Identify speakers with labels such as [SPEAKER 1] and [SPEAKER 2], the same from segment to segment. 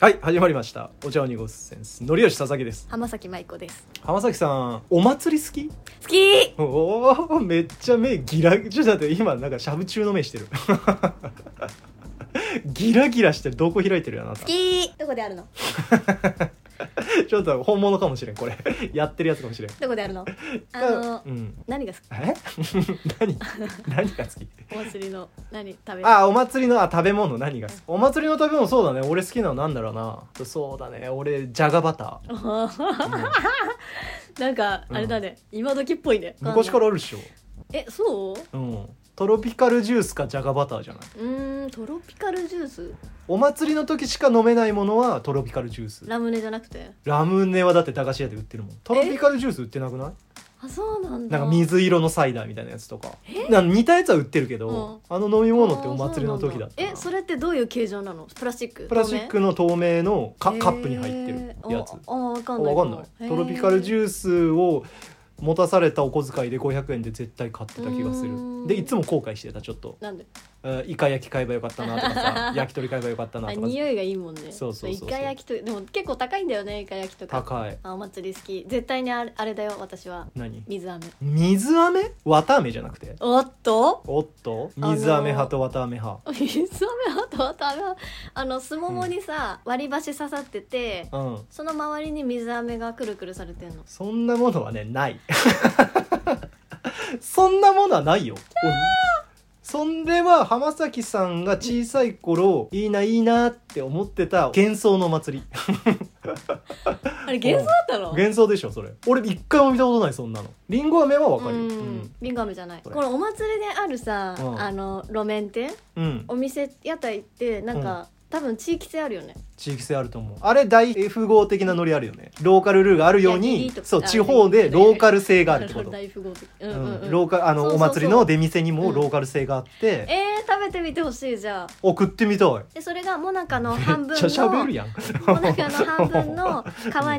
[SPEAKER 1] はい始まりましたお茶を濁すセンスのりよし佐々木です
[SPEAKER 2] 浜崎舞子です
[SPEAKER 1] 浜崎さんお祭り好き
[SPEAKER 2] 好き
[SPEAKER 1] おおめっちゃ目ギラちょっと待って今なんかしゃぶ中の目して るギラギラしてどこ開いてるやなあなた
[SPEAKER 2] 好きどこであるの
[SPEAKER 1] ちょっと本物かもしれんこれやってるやつかもしれん
[SPEAKER 2] どこであ るのあの
[SPEAKER 1] うん
[SPEAKER 2] 何が好き
[SPEAKER 1] え何何が好き
[SPEAKER 2] お祭りの何食べる
[SPEAKER 1] あお祭りのあ食べ物何が好きお祭りの食べ物そうだね俺好きなのなんだろうなそうだね俺じゃがバタ
[SPEAKER 2] おー
[SPEAKER 1] ー、うん
[SPEAKER 2] なんかあれだね、今時っぽいね
[SPEAKER 1] 昔からあるでしょ
[SPEAKER 2] えそう
[SPEAKER 1] うんトロピカルジュースかじゃがバターじゃないう
[SPEAKER 2] ーんトロピカルジュース
[SPEAKER 1] お祭りの時しか飲めないものはトロピカルジュース
[SPEAKER 2] ラムネじゃなくて
[SPEAKER 1] ラムネはだって駄菓子屋で売ってるもんトロピカルジュース売ってなくない
[SPEAKER 2] あそうなんだ
[SPEAKER 1] なんか水色のサイダーみたいなやつとかなんか似たやつは売ってるけど、あの飲み物ってお祭りの時だった
[SPEAKER 2] あーそうなんえそれってどういう形状なのプラスチック
[SPEAKER 1] プラスチックの透明のカ,、
[SPEAKER 2] 透明
[SPEAKER 1] カップに入ってるやつ
[SPEAKER 2] えーああわかんない
[SPEAKER 1] わかんないトロピカルジ
[SPEAKER 2] ー
[SPEAKER 1] ュースを持たされたお小遣いで500円で絶対買ってた気がす
[SPEAKER 2] う
[SPEAKER 1] る
[SPEAKER 2] ん
[SPEAKER 1] でいつも後悔してたちょっと
[SPEAKER 2] スなんで
[SPEAKER 1] えーイカ焼き買えばよかったなとか さ焼き鳥買えばよかったな
[SPEAKER 2] あ
[SPEAKER 1] とか
[SPEAKER 2] 匂いがいいもんね
[SPEAKER 1] そうそうそうそう
[SPEAKER 2] イカ焼きとでも結構高いんだよねイカ焼きとか
[SPEAKER 1] 高い
[SPEAKER 2] あお祭り好き絶対にあれあれだよ私は
[SPEAKER 1] 何
[SPEAKER 2] 水飴
[SPEAKER 1] 水飴綿飴じゃなくて
[SPEAKER 2] おっと
[SPEAKER 1] おっと水飴派と綿飴派
[SPEAKER 2] 水飴あとあとあのあのすももにさ、割り箸刺さってて
[SPEAKER 1] うん
[SPEAKER 2] その周りに水飴がくるくるされてんの
[SPEAKER 1] そんなものはねない そんなものはないよそんでは浜崎さんが小さい頃いいないいなって思ってた幻想の祭り
[SPEAKER 2] あれ幻想だったの
[SPEAKER 1] 幻想でしょそれ俺一回も見たことないそんなのりんご飴はわかるよ
[SPEAKER 2] う
[SPEAKER 1] うんん、
[SPEAKER 2] リンゴ飴じゃない
[SPEAKER 1] こ
[SPEAKER 2] こ
[SPEAKER 1] れ
[SPEAKER 2] のお祭りであるさ、
[SPEAKER 1] うん
[SPEAKER 2] あの路面店
[SPEAKER 1] うん、
[SPEAKER 2] お店屋台ってなんか、多分地域性あるよね
[SPEAKER 1] 地域性あると思うあれ大富豪的なノリあるよねローカルルールがあるよう
[SPEAKER 2] いやギ
[SPEAKER 1] に
[SPEAKER 2] リとか
[SPEAKER 1] そう
[SPEAKER 2] あ
[SPEAKER 1] 地方でローカル性があるってこと
[SPEAKER 2] 大富豪的
[SPEAKER 1] う
[SPEAKER 2] う
[SPEAKER 1] ん
[SPEAKER 2] うんうん
[SPEAKER 1] んローカルあの
[SPEAKER 2] そうそう
[SPEAKER 1] お
[SPEAKER 2] そう
[SPEAKER 1] 祭りの出店にもローカル性があって
[SPEAKER 2] えー、食べてみてほしいじゃあ
[SPEAKER 1] 送ってみたい
[SPEAKER 2] でそれがもなかの半
[SPEAKER 1] めっ
[SPEAKER 2] 分
[SPEAKER 1] ちゃしゃべ
[SPEAKER 2] の
[SPEAKER 1] るやん
[SPEAKER 2] もなかの半分 の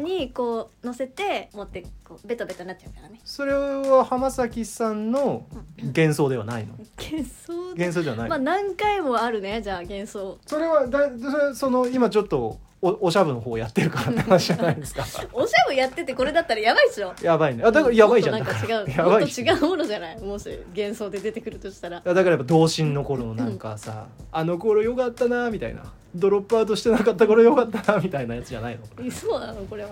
[SPEAKER 2] 皮にこう乗せて持ってこうベトベトになっちゃうからね
[SPEAKER 1] それは浜崎さんの幻想ではないの
[SPEAKER 2] 幻想だ
[SPEAKER 1] 幻想ではない、
[SPEAKER 2] まあ何回もあるねじゃあ幻想
[SPEAKER 1] それはだそれその今ちょっとおおしゃぶの方やってるからって話じゃないですか
[SPEAKER 2] おしゃぶやっててこれだったらやばいっしょ
[SPEAKER 1] やばいねあだからやばいじゃん
[SPEAKER 2] もっと
[SPEAKER 1] だ
[SPEAKER 2] なん
[SPEAKER 1] か
[SPEAKER 2] から違 う
[SPEAKER 1] や
[SPEAKER 2] も
[SPEAKER 1] ば
[SPEAKER 2] っ
[SPEAKER 1] い
[SPEAKER 2] と違うものじゃないもし幻想で出てくるとしたら
[SPEAKER 1] だからやっぱ童心の頃のなんかさ、あの頃よかったなみたいなドロップアウトしてなかった頃よかったなみたいなやつじゃないの
[SPEAKER 2] えそうなのこれは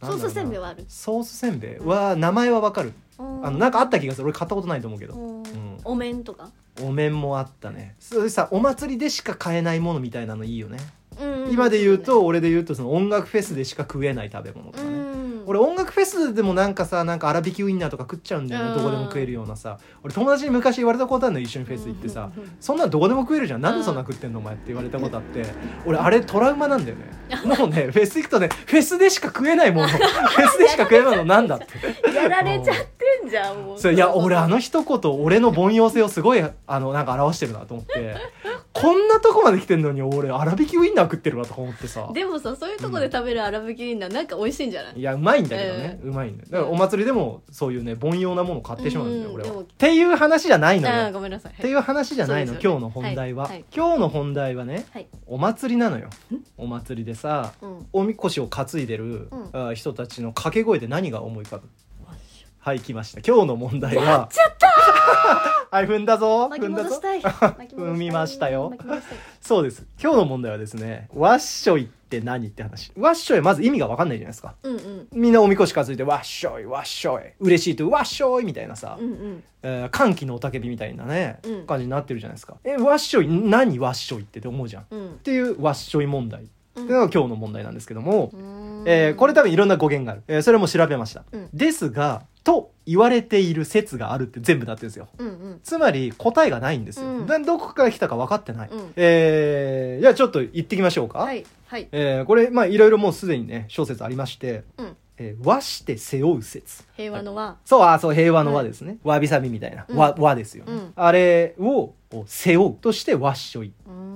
[SPEAKER 1] なんだろうな
[SPEAKER 2] ソースせんべいはある
[SPEAKER 1] ソースせんべいは名前はわかる
[SPEAKER 2] あ
[SPEAKER 1] あのなんかあった気がする俺買ったことないと思うけどん
[SPEAKER 2] お面とか、
[SPEAKER 1] お面もあったねそれさお祭りでしか買えないものみたいなのいいよね
[SPEAKER 2] うんん
[SPEAKER 1] 今で言うと俺で言うとその音楽フェスでしか食えない食べ物と
[SPEAKER 2] う
[SPEAKER 1] かね
[SPEAKER 2] ん
[SPEAKER 1] 俺音楽フェスでもなんかさなんか粗挽きウインナーとか食っちゃうんだよ
[SPEAKER 2] う
[SPEAKER 1] ね
[SPEAKER 2] ん
[SPEAKER 1] どこでも食えるようなさ俺友達に昔言われたことあるの一緒にフェス行ってさ
[SPEAKER 2] うんうんうん
[SPEAKER 1] そんなんどこでも食えるじゃんなんでそんな食ってんのお前って言われたことあって俺あれトラウマなんだよねもうねフェス行くとねフェスでしか食えないもの フェスでしか食えないものなんだって
[SPEAKER 2] やられちゃってんじゃんもう
[SPEAKER 1] そういや俺あの一言俺の凡庸性をすごいあのなんか表してるなと思ってこんなとこまで来てんのに俺粗挽きウインナー食ってるわとか思ってさ
[SPEAKER 2] でもさそういうとこで食べる粗挽きウインナーなんか美味しいんじゃない、
[SPEAKER 1] いやうまいんだけどね、うまいんだよだからお祭りでもそういうね凡庸なものを買ってしまうんだよ、
[SPEAKER 2] うん
[SPEAKER 1] 俺
[SPEAKER 2] で
[SPEAKER 1] は
[SPEAKER 2] も
[SPEAKER 1] っていう話じゃないの
[SPEAKER 2] ああ
[SPEAKER 1] よ
[SPEAKER 2] ごめんなさい、
[SPEAKER 1] っていう話じゃないの、
[SPEAKER 2] そうですよ
[SPEAKER 1] 今
[SPEAKER 2] ね
[SPEAKER 1] 日の本題は、
[SPEAKER 2] はいはい
[SPEAKER 1] 今日の本題はね
[SPEAKER 2] はい
[SPEAKER 1] お祭りなのよお祭りでさ
[SPEAKER 2] うん
[SPEAKER 1] おみこしを担いでる、
[SPEAKER 2] うん
[SPEAKER 1] あ人たちの掛け声で何が思い浮かぶはい来ました今日の問題は
[SPEAKER 2] ちゃった
[SPEAKER 1] はい踏んだぞ
[SPEAKER 2] 巻
[SPEAKER 1] 踏
[SPEAKER 2] き
[SPEAKER 1] んだ
[SPEAKER 2] 戻
[SPEAKER 1] ぞ
[SPEAKER 2] したい
[SPEAKER 1] 踏みましたよ
[SPEAKER 2] 巻き戻したい
[SPEAKER 1] そうです今日の問題はですねわっしょいって何って話わっしょいまず意味が分かんないじゃないですか
[SPEAKER 2] うんうん
[SPEAKER 1] みんなおみこし担いでわっしょいわっしょい嬉しいとわっしょいみたいなさ、
[SPEAKER 2] うんうん
[SPEAKER 1] えー歓喜の雄たけびみたいなね、
[SPEAKER 2] うん
[SPEAKER 1] 感じになってるじゃないですかえわっしょい何わっしょいってって思うじゃんっ
[SPEAKER 2] うん
[SPEAKER 1] ていうわっしょい問題って
[SPEAKER 2] う
[SPEAKER 1] い
[SPEAKER 2] ん
[SPEAKER 1] うのが今日の問題なんですけども、
[SPEAKER 2] うん
[SPEAKER 1] えーこれ多分いろんな語源がある、えーそれも調べました、
[SPEAKER 2] うん
[SPEAKER 1] ですがと言われている説があるって全部だってるんですよ
[SPEAKER 2] うんうん
[SPEAKER 1] つまり答えがないんですよ、
[SPEAKER 2] うん
[SPEAKER 1] などこから来たか分かってない、
[SPEAKER 2] うん
[SPEAKER 1] えーじゃあちょっと行ってきましょうか、
[SPEAKER 2] はいはい
[SPEAKER 1] えーこれまあいろいろもうすでにね小説ありまして、
[SPEAKER 2] うん
[SPEAKER 1] えー和して背負う説
[SPEAKER 2] 平和の和
[SPEAKER 1] そうあそう平和の和
[SPEAKER 2] はい
[SPEAKER 1] ですね、わびさびみたいな、
[SPEAKER 2] うん
[SPEAKER 1] 和和ですよね、
[SPEAKER 2] うん
[SPEAKER 1] あれをこう背負うとして和っしょい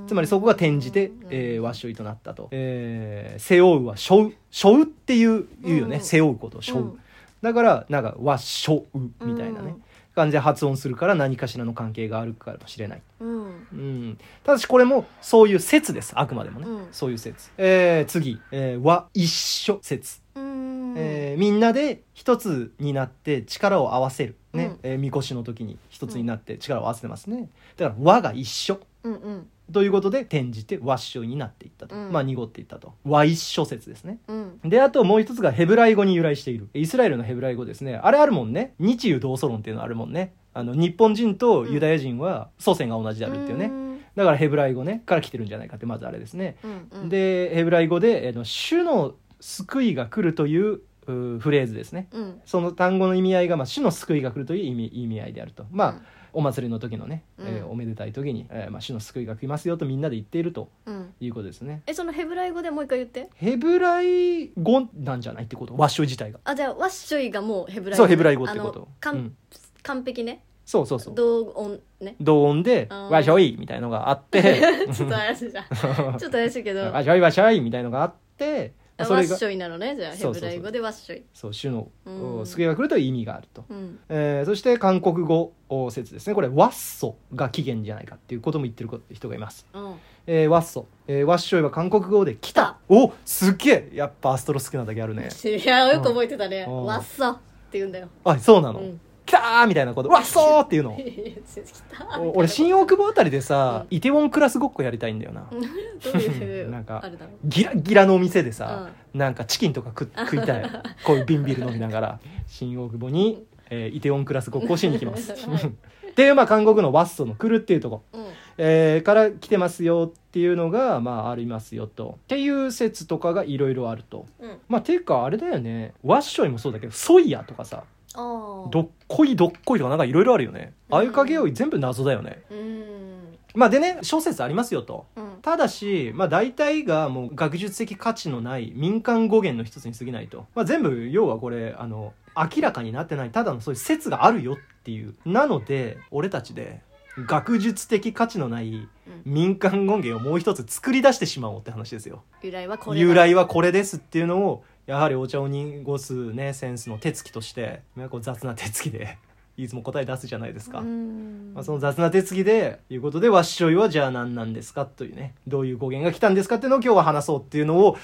[SPEAKER 1] つまりそこが転じて、
[SPEAKER 2] うん
[SPEAKER 1] えー和っしょいとなったと、えー背負うはしょうしょうっていう言うよね、
[SPEAKER 2] うん
[SPEAKER 1] 背負うことしょう、
[SPEAKER 2] うん
[SPEAKER 1] だからなんか和しょうみたいなね、
[SPEAKER 2] うん
[SPEAKER 1] 感じで発音するから何かしらの関係があるかもしれない、
[SPEAKER 2] うん
[SPEAKER 1] うん、ただしこれもそういう説ですあくまでもね、
[SPEAKER 2] うん
[SPEAKER 1] そういう説、えー次、えーは一緒説
[SPEAKER 2] うん
[SPEAKER 1] えーみんなで一つになって力を合わせるね、
[SPEAKER 2] うん
[SPEAKER 1] えーみこしの時に一つになって力を合わせてますねだから和が一緒
[SPEAKER 2] うんうん
[SPEAKER 1] ということで転じて和緒になっていったと、
[SPEAKER 2] うん
[SPEAKER 1] まあ濁っていったと和一緒説ですね
[SPEAKER 2] うん
[SPEAKER 1] であともう一つがヘブライ語に由来しているイスラエルのヘブライ語ですねあれあるもんね日ユ同祖論っていうのあるもんねあの日本人とユダヤ人は祖先が同じであるっていうね、
[SPEAKER 2] うん
[SPEAKER 1] だからヘブライ語ねから来てるんじゃないかってまずあれですね
[SPEAKER 2] うんうん
[SPEAKER 1] でヘブライ語で、えーの「主の救いが来る」といううーフレーズですね
[SPEAKER 2] うん
[SPEAKER 1] その単語の意味合いが、まあ、主の救いが来るという意味意味合いであるとまあ、
[SPEAKER 2] うん
[SPEAKER 1] お祭りの時のね、えー
[SPEAKER 2] うん
[SPEAKER 1] おめでたい時に、えーまあ、主の救いが来ますよとみんなで言っていると
[SPEAKER 2] うん
[SPEAKER 1] いうことですね
[SPEAKER 2] えそのヘブライ語でもう一回言って
[SPEAKER 1] ヘブライ語なんじゃないってこと和書自体が
[SPEAKER 2] あじゃあワッショイがもうヘブライ語
[SPEAKER 1] そうヘブライ語ってこ
[SPEAKER 2] あの
[SPEAKER 1] と
[SPEAKER 2] かん
[SPEAKER 1] うん
[SPEAKER 2] 完璧ね
[SPEAKER 1] そうそうそう
[SPEAKER 2] 同音ね
[SPEAKER 1] 同音で「
[SPEAKER 2] あー
[SPEAKER 1] わしょい」みたいのがあって
[SPEAKER 2] ちょっ と怪しいじゃんちょっと怪しい
[SPEAKER 1] 「
[SPEAKER 2] けど
[SPEAKER 1] わ
[SPEAKER 2] ワ
[SPEAKER 1] しょいわしょい」みたいのがあって
[SPEAKER 2] ッ
[SPEAKER 1] それが
[SPEAKER 2] ショイなのねじゃあヘ
[SPEAKER 1] そうそう
[SPEAKER 2] ブ
[SPEAKER 1] そう
[SPEAKER 2] ライ語でワッショイ
[SPEAKER 1] そう主の
[SPEAKER 2] うん
[SPEAKER 1] 救いが来るという意味があると。
[SPEAKER 2] うん
[SPEAKER 1] えーそして韓国語説ですねこれ「ワッソ」が起源じゃないかっていうことも言ってる人がいます。
[SPEAKER 2] うん
[SPEAKER 1] えー、ワッソ、えー、ワッショイは韓国語で来たおすっげえやっぱアストロ好きなだけあるね
[SPEAKER 2] いやよく覚えてたね
[SPEAKER 1] うん
[SPEAKER 2] ワッサって言うんだよ
[SPEAKER 1] あそうな
[SPEAKER 2] う
[SPEAKER 1] の、
[SPEAKER 2] ん
[SPEAKER 1] 来たーみたいなことワッソーっていうの
[SPEAKER 2] いやいや来た
[SPEAKER 1] お俺新大久保あたりでさ、
[SPEAKER 2] う
[SPEAKER 1] イテウォンクラスごっこやりたいんだよな、
[SPEAKER 2] どういう
[SPEAKER 1] なんか
[SPEAKER 2] あれだろう
[SPEAKER 1] ギラギラのお店でさ、なんかチキンとか食食いたいこういうビンビール飲みながら新大久保に、えーイテウォンクラスごっこしに行きます
[SPEAKER 2] はい
[SPEAKER 1] っていうまあ韓国のワッソの来るっていうとこ
[SPEAKER 2] うん
[SPEAKER 1] えーから来てますよっていうのがまあありますよとっていう説とかがいろいろあると
[SPEAKER 2] うん
[SPEAKER 1] まあていうかあれだよねワッショイもそうだけどソイヤとかさ
[SPEAKER 2] ああ
[SPEAKER 1] どっこいどっこいとかなんかいろいろあるよねああいう影追い全部謎だよね
[SPEAKER 2] うん
[SPEAKER 1] まあでね諸説ありますよと
[SPEAKER 2] うん
[SPEAKER 1] ただし、まあ、大体がもう学術的価値のない民間語源の一つに過ぎないと、まあ、全部要はこれあの明らかになってないただのそういう説があるよっていうなので俺たちで学術的価値のない民間語源をもう一つ作り出してしまおうって話ですよ。
[SPEAKER 2] 由来はこれだ
[SPEAKER 1] 由来はこれですっていうのをやはりお茶を濁すねセンスの手つきとしてまあこう雑な手つきでいつも答え出すじゃないですか。
[SPEAKER 2] うん
[SPEAKER 1] まあ、その雑な手つきでいうことで「わっしょいはじゃあ何なんですか?」というねどういう語源が来たんですかっていうのを今日は話そうっていうのを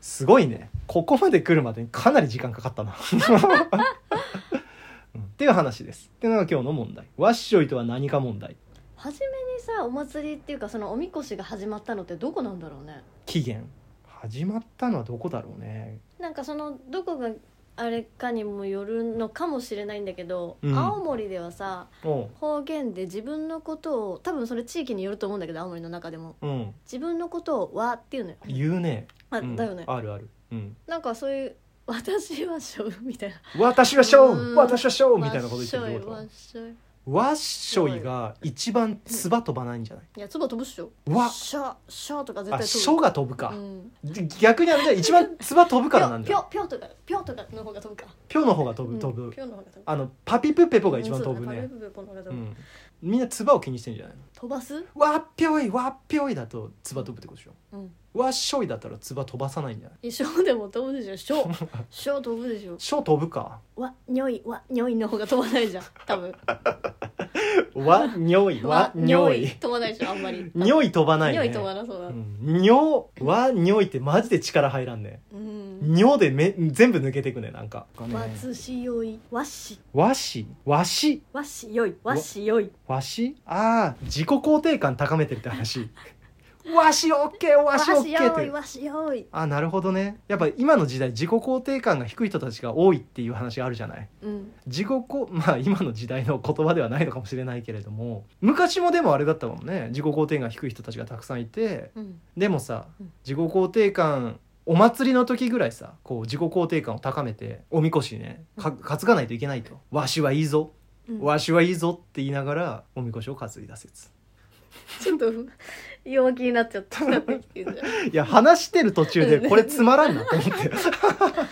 [SPEAKER 1] すごいねここまで来るまでにかなり時間かかったな。うんっていう話です。っていうのが今日の問題。わっしょいとは何か問題。
[SPEAKER 2] 初めにさお祭りっていうかそのおみこしが始まったのってどこなんだろうね
[SPEAKER 1] 起源。始まったのはどこだろうね。
[SPEAKER 2] なんかそのどこがあれかにもよるのかもしれないんだけど、
[SPEAKER 1] うん
[SPEAKER 2] 青森ではさ
[SPEAKER 1] うん。
[SPEAKER 2] 方言で自分のことを多分それ地域によると思うんだけど青森の中でも
[SPEAKER 1] うん。
[SPEAKER 2] 自分のことを「わ」っていうのよ
[SPEAKER 1] 言うね。
[SPEAKER 2] あ、
[SPEAKER 1] うん
[SPEAKER 2] だよね
[SPEAKER 1] あるある。うん。
[SPEAKER 2] なんかそういう「私はしょう」みたいな
[SPEAKER 1] 私はしょ
[SPEAKER 2] う
[SPEAKER 1] うん私はしょ
[SPEAKER 2] 「
[SPEAKER 1] うみたいなこと言ってるってこと
[SPEAKER 2] わっしょいわっしょい
[SPEAKER 1] わっしょいが一番つば飛ばないんじゃない
[SPEAKER 2] いやつば飛ぶっしょ
[SPEAKER 1] わ
[SPEAKER 2] しょしょとか絶
[SPEAKER 1] あ、
[SPEAKER 2] 対飛ぶ
[SPEAKER 1] 書が飛ぶか
[SPEAKER 2] う。ん
[SPEAKER 1] 逆にあれだよ一番つば飛ぶからなんだ
[SPEAKER 2] ぴょ
[SPEAKER 1] よ。
[SPEAKER 2] ぴょとかぴょとかの方が飛ぶか
[SPEAKER 1] ぴょの方が飛
[SPEAKER 2] う
[SPEAKER 1] ぶ
[SPEAKER 2] ん
[SPEAKER 1] 飛ぶ
[SPEAKER 2] ぴ。ょの方が飛ぶ
[SPEAKER 1] あのパピプペポが一
[SPEAKER 2] う
[SPEAKER 1] 番
[SPEAKER 2] んそう
[SPEAKER 1] 飛
[SPEAKER 2] だ
[SPEAKER 1] ぶ
[SPEAKER 2] パ
[SPEAKER 1] ね
[SPEAKER 2] ル。プブポの方が飛
[SPEAKER 1] う
[SPEAKER 2] ぶ
[SPEAKER 1] ん。みんなつばを気にしてんじゃないの。
[SPEAKER 2] 飛ばす
[SPEAKER 1] わっぴょいわっぴょいだとつば飛ぶってことでしょ。
[SPEAKER 2] うん
[SPEAKER 1] わっしょいだったらつば飛ばさないんじゃない。
[SPEAKER 2] ショーでも飛ぶでしょショ ーショー飛ぶでしょ
[SPEAKER 1] しょ飛ぶか。
[SPEAKER 2] わにょいわにょいの方が飛ばないじゃん多分
[SPEAKER 1] わにょ いわにょい。
[SPEAKER 2] 飛ばないでしょあんまり
[SPEAKER 1] に
[SPEAKER 2] い
[SPEAKER 1] ょい飛ばないね。
[SPEAKER 2] にょい飛ばなそうだ
[SPEAKER 1] うんにょわにょいってマジで力入らんね。
[SPEAKER 2] うん
[SPEAKER 1] にょでめ全部抜けていくねなんか。
[SPEAKER 2] わつしよいわし
[SPEAKER 1] わしわし。
[SPEAKER 2] わしよいわしよい
[SPEAKER 1] わしああ自己肯定感高めてるって話 わしオッケーわしオッケーっ
[SPEAKER 2] よい
[SPEAKER 1] て
[SPEAKER 2] わしよい
[SPEAKER 1] ああなるほどねやっぱ今の時代自己肯定感が低い人たちが多いっていう話があるじゃない
[SPEAKER 2] うん
[SPEAKER 1] 自己こ まあ今の時代の言葉ではないのかもしれないけれども昔もでもあれだったもんね自己肯定感が低い人たちがたくさんいて
[SPEAKER 2] うん
[SPEAKER 1] でもさ
[SPEAKER 2] うん
[SPEAKER 1] 自己肯定感お祭りの時ぐらいさこう自己肯定感を高めておみこしねか担がないといけないと「わしはいいぞ
[SPEAKER 2] うん
[SPEAKER 1] わしはいいぞ」って言いながらおみこしを担いだ説。
[SPEAKER 2] ちょっと 弱気になっちゃったなってきてるじゃん
[SPEAKER 1] いや話してる途中でこれつまらんなと思って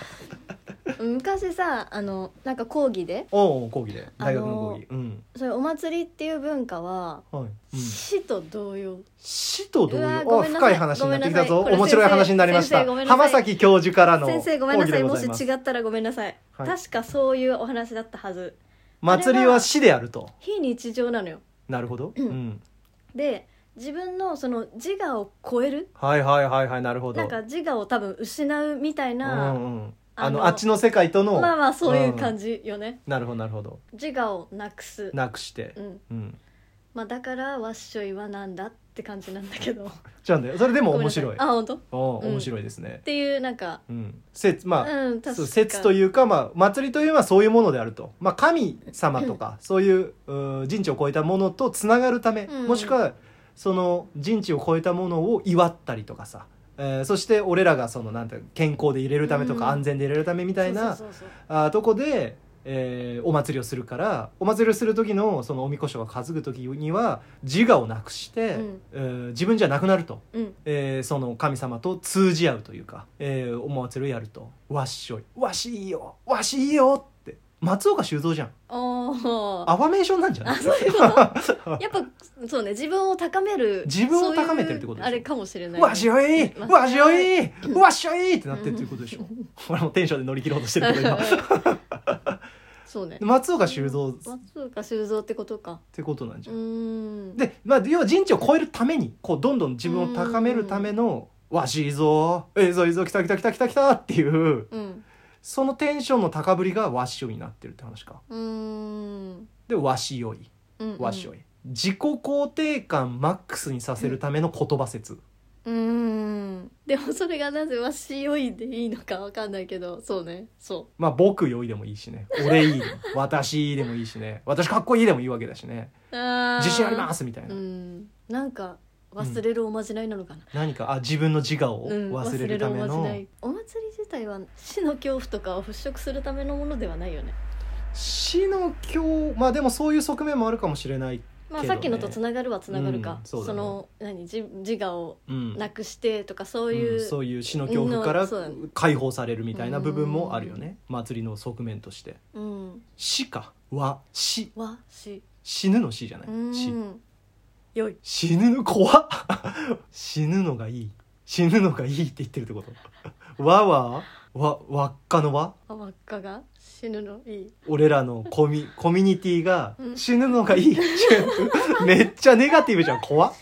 [SPEAKER 2] 昔さあのなんか講義で
[SPEAKER 1] おうおう講義で大学の講義、うん
[SPEAKER 2] それお祭りっていう文化は、
[SPEAKER 1] はい、うん、
[SPEAKER 2] 死と同様
[SPEAKER 1] 死と同
[SPEAKER 2] うわー
[SPEAKER 1] 様
[SPEAKER 2] ご
[SPEAKER 1] あ
[SPEAKER 2] めんなさ
[SPEAKER 1] 深
[SPEAKER 2] い
[SPEAKER 1] い話になってきたぞ
[SPEAKER 2] ごめんなさいこれ
[SPEAKER 1] 面白い話になりました
[SPEAKER 2] 先生ごめんなさい
[SPEAKER 1] 浜崎教授からの講
[SPEAKER 2] 先
[SPEAKER 1] 義
[SPEAKER 2] 生ごめんなさい
[SPEAKER 1] でご
[SPEAKER 2] も
[SPEAKER 1] ざ
[SPEAKER 2] し
[SPEAKER 1] います
[SPEAKER 2] 違ったらごめんなさい、
[SPEAKER 1] はい
[SPEAKER 2] 確かそういうお話だったはず
[SPEAKER 1] 祭りは死であると
[SPEAKER 2] 非日常なのよ
[SPEAKER 1] なるほど、
[SPEAKER 2] うん
[SPEAKER 1] うん、
[SPEAKER 2] で自分のその自我を超える
[SPEAKER 1] はいはいはいはいなるほど
[SPEAKER 2] なんか自我を多分失うみたいうな、
[SPEAKER 1] んうん、あの
[SPEAKER 2] あの
[SPEAKER 1] あっちの世界との、
[SPEAKER 2] まあまあそういう感じよね、
[SPEAKER 1] なるほどなるほど
[SPEAKER 2] 自我をなくす
[SPEAKER 1] なくして
[SPEAKER 2] う、ん
[SPEAKER 1] うん、
[SPEAKER 2] まあだからわっしょいはなんだって感じなんだけど
[SPEAKER 1] じゃあねそれ でも面
[SPEAKER 2] ご
[SPEAKER 1] 白
[SPEAKER 2] め
[SPEAKER 1] い
[SPEAKER 2] んなさあ本当っ
[SPEAKER 1] お
[SPEAKER 2] うん
[SPEAKER 1] 面白いですね、
[SPEAKER 2] ていうなんか
[SPEAKER 1] うん、説まあ、
[SPEAKER 2] うん確か
[SPEAKER 1] そう説というか、まあ、祭りというのはそういうものであると、まあ、神様とかそういうう人知を超えたものとつながるため、
[SPEAKER 2] うん
[SPEAKER 1] もしくはその人知を超えたものを祝ったりとかさ、えーそして俺らがそのなんていうの健康でいれるためとか、
[SPEAKER 2] うん
[SPEAKER 1] 安全でいれるためみたいな
[SPEAKER 2] そうそうそう
[SPEAKER 1] あーとこで、えーお祭りをするからお祭りをする時のそのおみこしを担ぐ時には自我をなくして、
[SPEAKER 2] うん
[SPEAKER 1] えー自分じゃなくなると。
[SPEAKER 2] そううん
[SPEAKER 1] えーその神様と通じ合うというか、えー、お祭りをやると「わっしょいわしいいよわしいいよ」って松岡修造じゃん
[SPEAKER 2] お
[SPEAKER 1] アファメーションなんじゃない
[SPEAKER 2] あそういうことやっぱそうね自分を高める
[SPEAKER 1] 自分を高めてるってことでしょ
[SPEAKER 2] そういうあれかもしれないね、
[SPEAKER 1] わしよい
[SPEAKER 2] まあ
[SPEAKER 1] わしよいわしよいってなってるということでしょ俺もテンションで乗り切ろうとしてるけど今
[SPEAKER 2] そうね
[SPEAKER 1] 松岡修造っ
[SPEAKER 2] 松岡修造ってことか
[SPEAKER 1] てことなんじ
[SPEAKER 2] う
[SPEAKER 1] ゃん
[SPEAKER 2] ーん
[SPEAKER 1] で、まあ、要は人知を超えるためにこうどんどん自分を高めるための「わしいいぞえいぞいいぞ来た来た来た来た来た」っていう
[SPEAKER 2] うん
[SPEAKER 1] そのテンションの高ぶりがわしよいになってるって話か
[SPEAKER 2] うーん
[SPEAKER 1] でわしよい
[SPEAKER 2] うん
[SPEAKER 1] わっしょい、自己肯定感マックスにさせるための言葉説、
[SPEAKER 2] うーんでもそれがなぜわしよいでいいのかわかんないけどそうねそ
[SPEAKER 1] まあ僕良いでもいいし ね俺いいでも私いいでもいいしね私かっこいいでもいいわけだしね
[SPEAKER 2] うあー
[SPEAKER 1] 自信ありますみたいうな、
[SPEAKER 2] んなんか忘れるおまじないなのかな、
[SPEAKER 1] 何かあ自分の自我を
[SPEAKER 2] うん
[SPEAKER 1] 忘れるため
[SPEAKER 2] おまじ
[SPEAKER 1] の、
[SPEAKER 2] ないお祭り自体は死の恐怖とかを払拭するためのものではないよね
[SPEAKER 1] 死の今日まあでもそういう側面もあるかもしれない、
[SPEAKER 2] まあ
[SPEAKER 1] けど
[SPEAKER 2] さ
[SPEAKER 1] ね
[SPEAKER 2] っきのとつながるはつながるか、
[SPEAKER 1] うんそ
[SPEAKER 2] そう
[SPEAKER 1] だね
[SPEAKER 2] の何自自我を
[SPEAKER 1] うん
[SPEAKER 2] なくしてとかそういう,、
[SPEAKER 1] んそういう死の恐怖から
[SPEAKER 2] のそうだね
[SPEAKER 1] 解放されるみたいな部分もあるよね祭りの側面として
[SPEAKER 2] うん、
[SPEAKER 1] 死かは死
[SPEAKER 2] わし
[SPEAKER 1] 死ぬの死じゃな
[SPEAKER 2] う
[SPEAKER 1] い死
[SPEAKER 2] んよい
[SPEAKER 1] 死ぬの怖っ死ぬのがいい死ぬのがいいって言ってるってことわはわ輪っかの輪
[SPEAKER 2] あ輪っかが死ぬのいい
[SPEAKER 1] 俺らのコミコミュニティが
[SPEAKER 2] うん
[SPEAKER 1] 死ぬのがいいめっちゃネガティブじゃん怖っ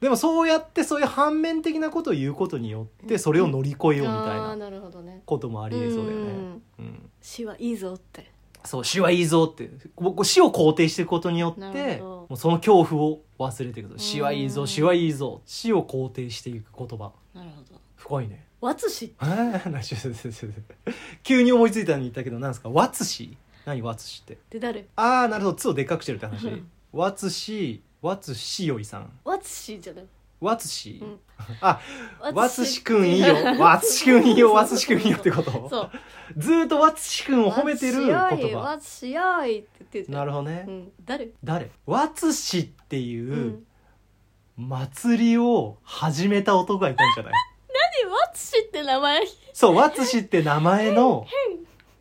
[SPEAKER 1] でもそうやってそういう反面的なことを言うことによってそれを乗り越えようみたい
[SPEAKER 2] あー
[SPEAKER 1] な
[SPEAKER 2] なるほどね
[SPEAKER 1] こともありえそうだよね
[SPEAKER 2] ん
[SPEAKER 1] うん
[SPEAKER 2] 死はいいぞって
[SPEAKER 1] そう死はいいぞってここ死を肯定していくことによっ
[SPEAKER 2] な
[SPEAKER 1] て
[SPEAKER 2] るほど
[SPEAKER 1] もうその恐怖を忘れていくと
[SPEAKER 2] ん
[SPEAKER 1] 死はいいぞ死はいいぞ死を肯定していく言葉
[SPEAKER 2] なるほど
[SPEAKER 1] 深いね
[SPEAKER 2] わつし
[SPEAKER 1] ああ、なし急に思いついたのに言ったけど、なんですか、わつし。何わつしって。
[SPEAKER 2] って誰
[SPEAKER 1] ああ、なるほど、つをでっかくしてるって話
[SPEAKER 2] うん。
[SPEAKER 1] わつし、わつしよいさん。
[SPEAKER 2] わつしじゃない
[SPEAKER 1] わつし
[SPEAKER 2] う。ん。
[SPEAKER 1] あ、わつしくんいいよわつしくんいいよ。わつしくんい いよってこと。
[SPEAKER 2] そう
[SPEAKER 1] ずーっとわつしくんを褒めてる言
[SPEAKER 2] わつしよい
[SPEAKER 1] 葉。
[SPEAKER 2] わつしよいって言ってるじゃん
[SPEAKER 1] なるほどね。
[SPEAKER 2] うん誰
[SPEAKER 1] 誰。わつしっていううん祭りを始めた男がいたんじゃない。
[SPEAKER 2] 何わつしって名前
[SPEAKER 1] そう、わつしって名前の。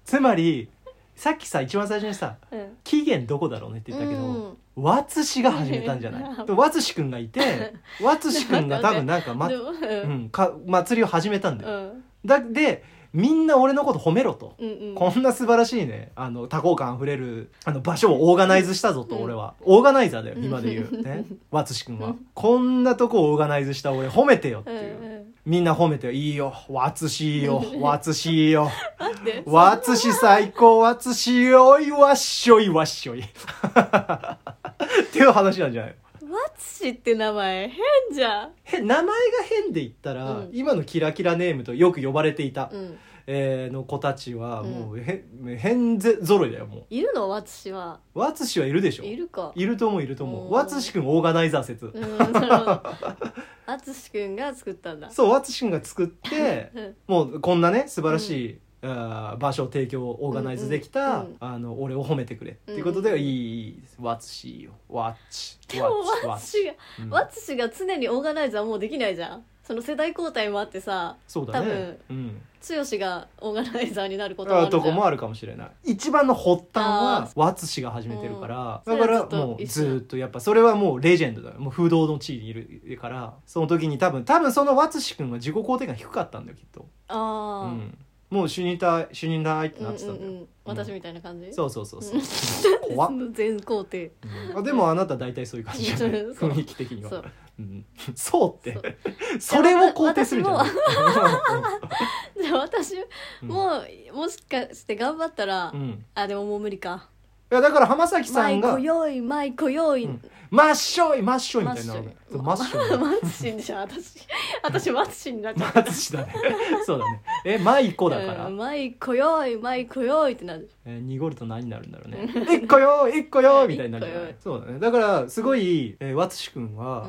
[SPEAKER 1] つまり。さっきさ、一番最初にさ。
[SPEAKER 2] うん
[SPEAKER 1] 起源どこだろうねって言ったけど、わつしが始めたんじゃ ないでわつしくんがいて、わつしくんが多分なんか、ま、
[SPEAKER 2] で
[SPEAKER 1] う
[SPEAKER 2] もうん
[SPEAKER 1] ん、か、祭りを始めたんだ
[SPEAKER 2] う
[SPEAKER 1] よ。
[SPEAKER 2] ん
[SPEAKER 1] だ、で、みんな俺のこと褒めろと。
[SPEAKER 2] うんうん
[SPEAKER 1] こんな素晴らしいね、あの、多幸感あふれる、あの、場所をオーガナイズしたぞと、
[SPEAKER 2] うん
[SPEAKER 1] 俺は。オーガナイザーだよ、
[SPEAKER 2] うん
[SPEAKER 1] 今で 言う。ね。わつしくん
[SPEAKER 2] う
[SPEAKER 1] は
[SPEAKER 2] ん。
[SPEAKER 1] こんなとこをオーガナイズした俺褒めてよって
[SPEAKER 2] うん
[SPEAKER 1] いう。
[SPEAKER 2] うん
[SPEAKER 1] みんな褒めてよ。いいよ。わつしいい よ。わつしいいよ。
[SPEAKER 2] 待って
[SPEAKER 1] わつし最高、わつしよい、わっしょい、 わっしょい。っていう話なんじゃない
[SPEAKER 2] わつしって名前変じゃん
[SPEAKER 1] へ名前が変で言ったら、
[SPEAKER 2] うん
[SPEAKER 1] 今のキラキラネームとよく呼ばれていた、
[SPEAKER 2] うん
[SPEAKER 1] えーの子たちはもうへ、変ぜぞろいだよも
[SPEAKER 2] いるのわつしは
[SPEAKER 1] うわつしはいるでしょ
[SPEAKER 2] いるか
[SPEAKER 1] いると思ういると思
[SPEAKER 2] お
[SPEAKER 1] う
[SPEAKER 2] ー
[SPEAKER 1] わつしくんオーガナイザー説、
[SPEAKER 2] うんなるほ どあつしくんが作ったんだ
[SPEAKER 1] そうわつしくんが作 って
[SPEAKER 2] うん
[SPEAKER 1] もうこんなね素晴らしい、あー場所を提供オーガナイズできた、
[SPEAKER 2] うんうんうん
[SPEAKER 1] あの俺を褒めてくれ、っていうことで
[SPEAKER 2] うんうん
[SPEAKER 1] いいわつしいいよわっち
[SPEAKER 2] でも
[SPEAKER 1] わ
[SPEAKER 2] わ
[SPEAKER 1] っち
[SPEAKER 2] つしが
[SPEAKER 1] うん
[SPEAKER 2] わつしが常にオーガナイザーもうできないじゃんその世代交代もあってさ
[SPEAKER 1] そうだね
[SPEAKER 2] 多分
[SPEAKER 1] うん
[SPEAKER 2] 剛がオーガナイザーになることも
[SPEAKER 1] あ
[SPEAKER 2] あるじ
[SPEAKER 1] と
[SPEAKER 2] ゃ
[SPEAKER 1] こ
[SPEAKER 2] ん
[SPEAKER 1] もあるかもしれない一番の発端は
[SPEAKER 2] あ
[SPEAKER 1] ワツ氏が始めてるから、
[SPEAKER 2] うん
[SPEAKER 1] だか
[SPEAKER 2] それ
[SPEAKER 1] ら
[SPEAKER 2] はちょっと
[SPEAKER 1] もう
[SPEAKER 2] 一
[SPEAKER 1] ず
[SPEAKER 2] 緒
[SPEAKER 1] ーっとやっぱそれはもうレジェンドだよもう不動の地位にいるからその時に多分多分そのワツ氏君は自己肯定感低かったんだよきっと、う
[SPEAKER 2] あー
[SPEAKER 1] んもう主任だ主任だーいって
[SPEAKER 2] うんう
[SPEAKER 1] なっ
[SPEAKER 2] ん
[SPEAKER 1] てたんだ
[SPEAKER 2] う
[SPEAKER 1] よ、
[SPEAKER 2] ん私みたいな感じ
[SPEAKER 1] そうそうそうそう、
[SPEAKER 2] うん
[SPEAKER 1] 怖っ
[SPEAKER 2] 全工程
[SPEAKER 1] あでもあなた大体そういう感じじゃない
[SPEAKER 2] うんそう
[SPEAKER 1] 雰囲気的には
[SPEAKER 2] そう
[SPEAKER 1] うんそうって
[SPEAKER 2] そ
[SPEAKER 1] そ
[SPEAKER 2] う
[SPEAKER 1] れを肯定するじゃない
[SPEAKER 2] じゃあ 私
[SPEAKER 1] うん
[SPEAKER 2] もうもしかして頑張ったら
[SPEAKER 1] うん、い
[SPEAKER 2] あでももう無理か
[SPEAKER 1] やだから浜崎さ
[SPEAKER 2] マ
[SPEAKER 1] ん
[SPEAKER 2] イ
[SPEAKER 1] が
[SPEAKER 2] コ用意マイコ用意
[SPEAKER 1] うんマッショイマッショイみたいになる
[SPEAKER 2] マッショイ
[SPEAKER 1] そうマッショイ
[SPEAKER 2] マッチンでしょ私 私マッチンになっちゃう
[SPEAKER 1] マツシだねそうだねえマイコだから、
[SPEAKER 2] うんマイコ用意マイコ用意ってなる
[SPEAKER 1] えー濁ると何になるんだろうね「一個よ一個よ」みたいになるじゃな
[SPEAKER 2] 一
[SPEAKER 1] いそうだねだからすごい、えー、ワツシ君
[SPEAKER 2] う
[SPEAKER 1] は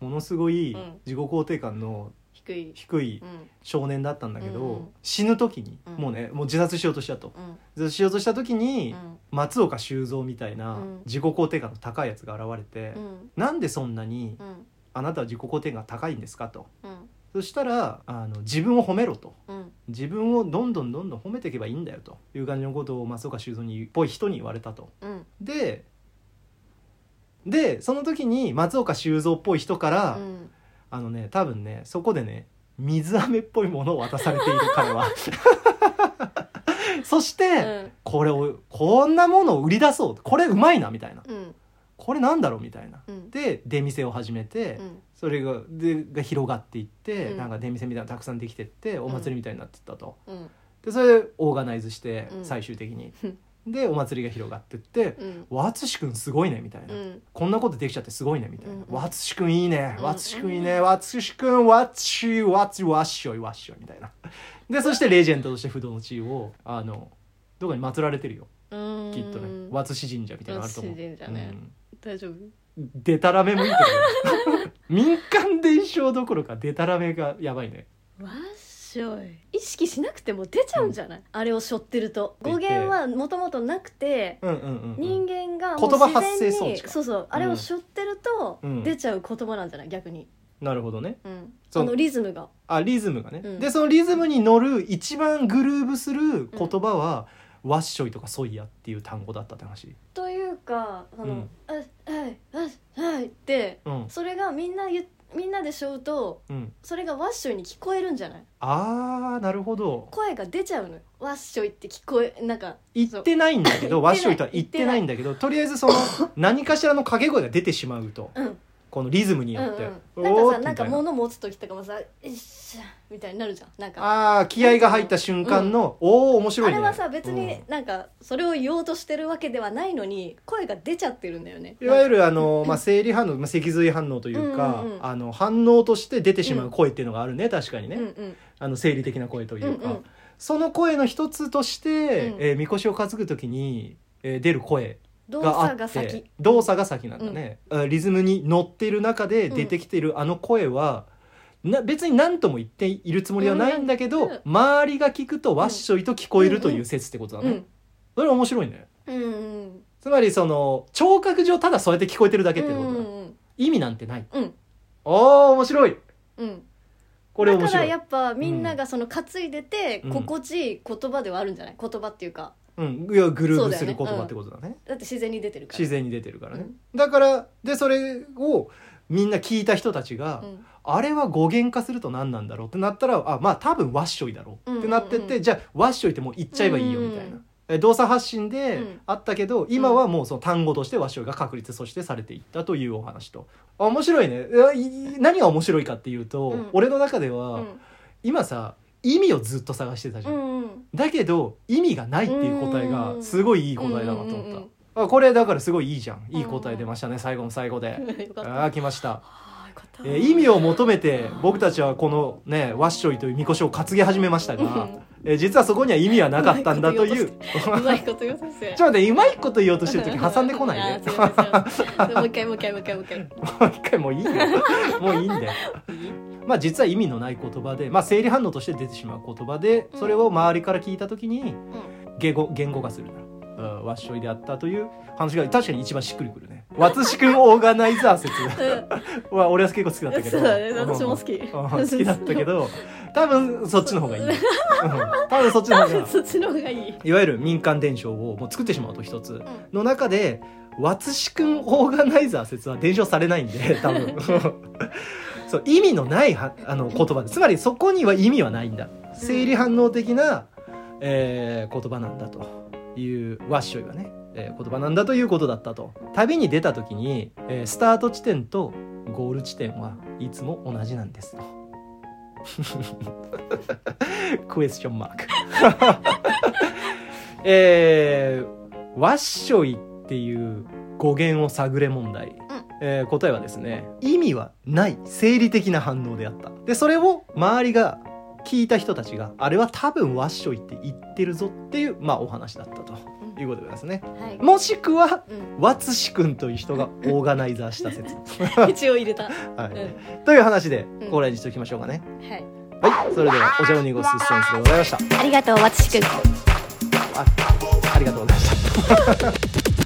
[SPEAKER 2] ん
[SPEAKER 1] ものすごい
[SPEAKER 2] うん
[SPEAKER 1] 自己肯定感の
[SPEAKER 2] 低い
[SPEAKER 1] 低い
[SPEAKER 2] うん
[SPEAKER 1] 少年だったんだけど、
[SPEAKER 2] うんうん
[SPEAKER 1] 死ぬ時に、
[SPEAKER 2] うん
[SPEAKER 1] もうねもう自殺しようとしたと
[SPEAKER 2] うん
[SPEAKER 1] 自殺しようとした時に、
[SPEAKER 2] うん
[SPEAKER 1] 松岡修造みたいな
[SPEAKER 2] うん
[SPEAKER 1] 自己肯定感の高いやつが現れて、
[SPEAKER 2] うん
[SPEAKER 1] なんでそんなに
[SPEAKER 2] うん
[SPEAKER 1] あなたは自己肯定感が高いんですかと
[SPEAKER 2] うん
[SPEAKER 1] そしたらあの自分を褒めろと
[SPEAKER 2] うん
[SPEAKER 1] 自分をどんどんどんどん褒めていけばいいんだよという感じのことを松岡修造にっぽい人に言われたと。
[SPEAKER 2] うん
[SPEAKER 1] ででその時に松岡修造っぽい人から、
[SPEAKER 2] うん
[SPEAKER 1] あのね多分ねそこでね水飴っぽいものを渡されている彼 は。そして、
[SPEAKER 2] うん
[SPEAKER 1] これをこんなものを売り出そうこれうまいなみたいな
[SPEAKER 2] うん
[SPEAKER 1] これなんだろうみたいな。
[SPEAKER 2] うん
[SPEAKER 1] で出店を始めて、
[SPEAKER 2] うん
[SPEAKER 1] それがでが広がっていって、
[SPEAKER 2] うん
[SPEAKER 1] なんか出店みたいなのたくさんできてってお祭りみたいになってったと。
[SPEAKER 2] うん
[SPEAKER 1] でそれでオーガナイズして
[SPEAKER 2] うん
[SPEAKER 1] 最終的 に、でお祭りが広がってって
[SPEAKER 2] うん
[SPEAKER 1] 「わつしくんすごいね」みたいな、
[SPEAKER 2] うん
[SPEAKER 1] こんなことできちゃってすごいね」みたいな
[SPEAKER 2] うん
[SPEAKER 1] 「わつしくんいいね
[SPEAKER 2] うん
[SPEAKER 1] わつしくんいいねわつしくんわつしわつわっしょいわっしょい」みたいなでそしてレジェンドとして不動の地位をあのどこに祀られてるよ
[SPEAKER 2] うん
[SPEAKER 1] きっとねわつし神社みたいなのあると思う
[SPEAKER 2] わつし神社ね大丈夫
[SPEAKER 1] うんでたらめ向いてる ね民間伝承どころかでたらめがやばいね
[SPEAKER 2] わっしょい意識しなくても出ちゃうんじゃない、あれを背負ってると
[SPEAKER 1] 出て
[SPEAKER 2] 語源はもともとなくて
[SPEAKER 1] うんうんうん、うん、
[SPEAKER 2] 人間がもう
[SPEAKER 1] 言葉発生装置
[SPEAKER 2] 自然
[SPEAKER 1] か
[SPEAKER 2] にそうそうあれを背負ってると
[SPEAKER 1] うん
[SPEAKER 2] 出ちゃう言葉なんじゃない逆に、
[SPEAKER 1] なるほどね
[SPEAKER 2] うん、
[SPEAKER 1] そう
[SPEAKER 2] あのリズムが
[SPEAKER 1] あリズムがね、
[SPEAKER 2] うん
[SPEAKER 1] でそのリズムに乗る一番グルーブする言葉は「わっしょい」とか「そいや」っていう単語だったって話
[SPEAKER 2] というかあ
[SPEAKER 1] う
[SPEAKER 2] の
[SPEAKER 1] ん
[SPEAKER 2] 「あはいあはい」って
[SPEAKER 1] うん
[SPEAKER 2] それがみんな言っみんなで背負うと
[SPEAKER 1] うん
[SPEAKER 2] それがワッショイに聞こえるんじゃない
[SPEAKER 1] あーなるほど
[SPEAKER 2] 声が出ちゃうのよワッショイって聞こえなんか
[SPEAKER 1] 言ってないんだけど「わっしょい」とは言
[SPEAKER 2] 言
[SPEAKER 1] っ
[SPEAKER 2] ってて
[SPEAKER 1] な
[SPEAKER 2] ない
[SPEAKER 1] いんだけどとりあえずその何かしらの掛け声が出てしまうと
[SPEAKER 2] うん
[SPEAKER 1] このリズムに
[SPEAKER 2] う
[SPEAKER 1] よ
[SPEAKER 2] ん
[SPEAKER 1] って、
[SPEAKER 2] うん、なん
[SPEAKER 1] お
[SPEAKER 2] か
[SPEAKER 1] ー
[SPEAKER 2] さ
[SPEAKER 1] って
[SPEAKER 2] なんか
[SPEAKER 1] みたい
[SPEAKER 2] 物持つ時とかもさ「よっしゃ」みたいになるじゃんなんか
[SPEAKER 1] あー気合が入った瞬間の「おお面白い
[SPEAKER 2] あ
[SPEAKER 1] ね」
[SPEAKER 2] れはさ別
[SPEAKER 1] う
[SPEAKER 2] に
[SPEAKER 1] ん
[SPEAKER 2] なんかそれを言おうとしてるわけではないのに声が出ちゃってるんだよね
[SPEAKER 1] いわゆるあの、まあ、生理反応、まあ、脊髄反応というか、
[SPEAKER 2] うんうんうん
[SPEAKER 1] あの反応として出てしまう声っていうのがあるね、確かにね、
[SPEAKER 2] うんうん
[SPEAKER 1] あの生理的な声というか、
[SPEAKER 2] うんうん
[SPEAKER 1] その声の一つとして、
[SPEAKER 2] うん
[SPEAKER 1] えーみこしを担ぐ時に、えー出る声
[SPEAKER 2] 動
[SPEAKER 1] があ
[SPEAKER 2] 作
[SPEAKER 1] って
[SPEAKER 2] が先
[SPEAKER 1] 動作が先なんだね、あリズムに乗っている中で出てきているあの声は、な別に何とも言っているつもりはないんだけど、
[SPEAKER 2] うん
[SPEAKER 1] 周りが聞くとわっしょいと聞こえるという説ってことだね、
[SPEAKER 2] うん
[SPEAKER 1] それ面白いね
[SPEAKER 2] うんうん
[SPEAKER 1] つまりその聴覚上ただそうやって聞こえてるだけ
[SPEAKER 2] う
[SPEAKER 1] ってことだ、
[SPEAKER 2] ん
[SPEAKER 1] 意味なんてない
[SPEAKER 2] うん
[SPEAKER 1] あー面白い
[SPEAKER 2] うん
[SPEAKER 1] これ
[SPEAKER 2] だ
[SPEAKER 1] 面
[SPEAKER 2] か
[SPEAKER 1] 白
[SPEAKER 2] ら
[SPEAKER 1] い
[SPEAKER 2] やっぱみんながその担いでて
[SPEAKER 1] うん
[SPEAKER 2] 心地いい言葉ではあるんじゃない言葉っていうか
[SPEAKER 1] うんいやグルー
[SPEAKER 2] そう
[SPEAKER 1] ブ
[SPEAKER 2] だよ
[SPEAKER 1] す
[SPEAKER 2] ね
[SPEAKER 1] る言葉ってことだね
[SPEAKER 2] だって自然に出てるから
[SPEAKER 1] 自
[SPEAKER 2] 然
[SPEAKER 1] 然に出てるからね、だからでそれをみんな聞いた人たちが、
[SPEAKER 2] うん
[SPEAKER 1] あれは語源化すると何なんだろうってなったらあまあ多分わっしょいだろ
[SPEAKER 2] う
[SPEAKER 1] う
[SPEAKER 2] ん
[SPEAKER 1] っ
[SPEAKER 2] うん
[SPEAKER 1] て
[SPEAKER 2] うん
[SPEAKER 1] なってって、じゃあわっしょいってもう言っちゃえばいいよみたいな、
[SPEAKER 2] うん
[SPEAKER 1] え動作発信で
[SPEAKER 2] うん
[SPEAKER 1] あったけど、今はもうその単語としてわっしょいが確立そしてされていったというお話とあ面白いねいやい何が面白いかっていうと、
[SPEAKER 2] うん
[SPEAKER 1] 俺の中では、
[SPEAKER 2] うん
[SPEAKER 1] 今さ意味をずっと探してたじゃ、
[SPEAKER 2] うんんうん
[SPEAKER 1] だけど意味がないっていう答えがすごいいい答えだなと思った、
[SPEAKER 2] うんうん
[SPEAKER 1] あこれだからすごいいいじゃんいい答え出ましたね、最後の最後で
[SPEAKER 2] うんよかった
[SPEAKER 1] ああ来ました、
[SPEAKER 2] あーよかった
[SPEAKER 1] えー意味を求めて僕たちはこのねわっしょいというみこしを担ぎ始めましたが、えー実はそこには意味はなかったんだというちょ
[SPEAKER 2] うまいこと言う先生
[SPEAKER 1] っとねうまいこと言おうとしてる時挟んでこない
[SPEAKER 2] あ
[SPEAKER 1] で、
[SPEAKER 2] ー
[SPEAKER 1] ね、
[SPEAKER 2] すいませんすいませんもう一回もう一回もう一回もう一回
[SPEAKER 1] もう一回もういいよもういいんだよまあ実は意味のない言葉で、まあ、生理反応として出てしまう言葉でそれを周りから聞いた時に言語言語化するなら。うんわっしょいであったという話が確かに一番しっくりくるね。わつしくんオーガナイザー説は俺は結構好きだったけ
[SPEAKER 2] そ
[SPEAKER 1] ど。
[SPEAKER 2] うだね私も好き
[SPEAKER 1] うん好きだったけど多分そっちの方がいい、うん多分そっちの方が
[SPEAKER 2] そっちの方がいい
[SPEAKER 1] いわゆる民間伝承をもう作ってしまうと一つの中でわつしくんオーガナイザー説は伝承されないんで多分そう意味のないはあの言葉でつまりそこには意味はないんだ生理反応的なえー言葉なんだというワッショイはね、えー言葉なんだということだったと旅に出た時に、えースタート地点とゴール地点はいつも同じなんですと クエスチョンマーク えー、ワッショイっていう語源を探れ問題、えー答えはですね意味はない生理的な反応であったでそれを周りが聞いた人たちがあれは多分ワッショイって言ってるぞっていう、まあ、お話だったということですね
[SPEAKER 2] はい
[SPEAKER 1] もしくは
[SPEAKER 2] うん
[SPEAKER 1] ワツシ君という人がオーガナイザーした説、
[SPEAKER 2] 一応入れた、
[SPEAKER 1] は
[SPEAKER 2] うん
[SPEAKER 1] い、という話で
[SPEAKER 2] うん
[SPEAKER 1] これにしておきましょうかね
[SPEAKER 2] はい、
[SPEAKER 1] はいそれではお茶を濁すセンスでございました
[SPEAKER 2] ありがとうわつしくん
[SPEAKER 1] あありがとうございました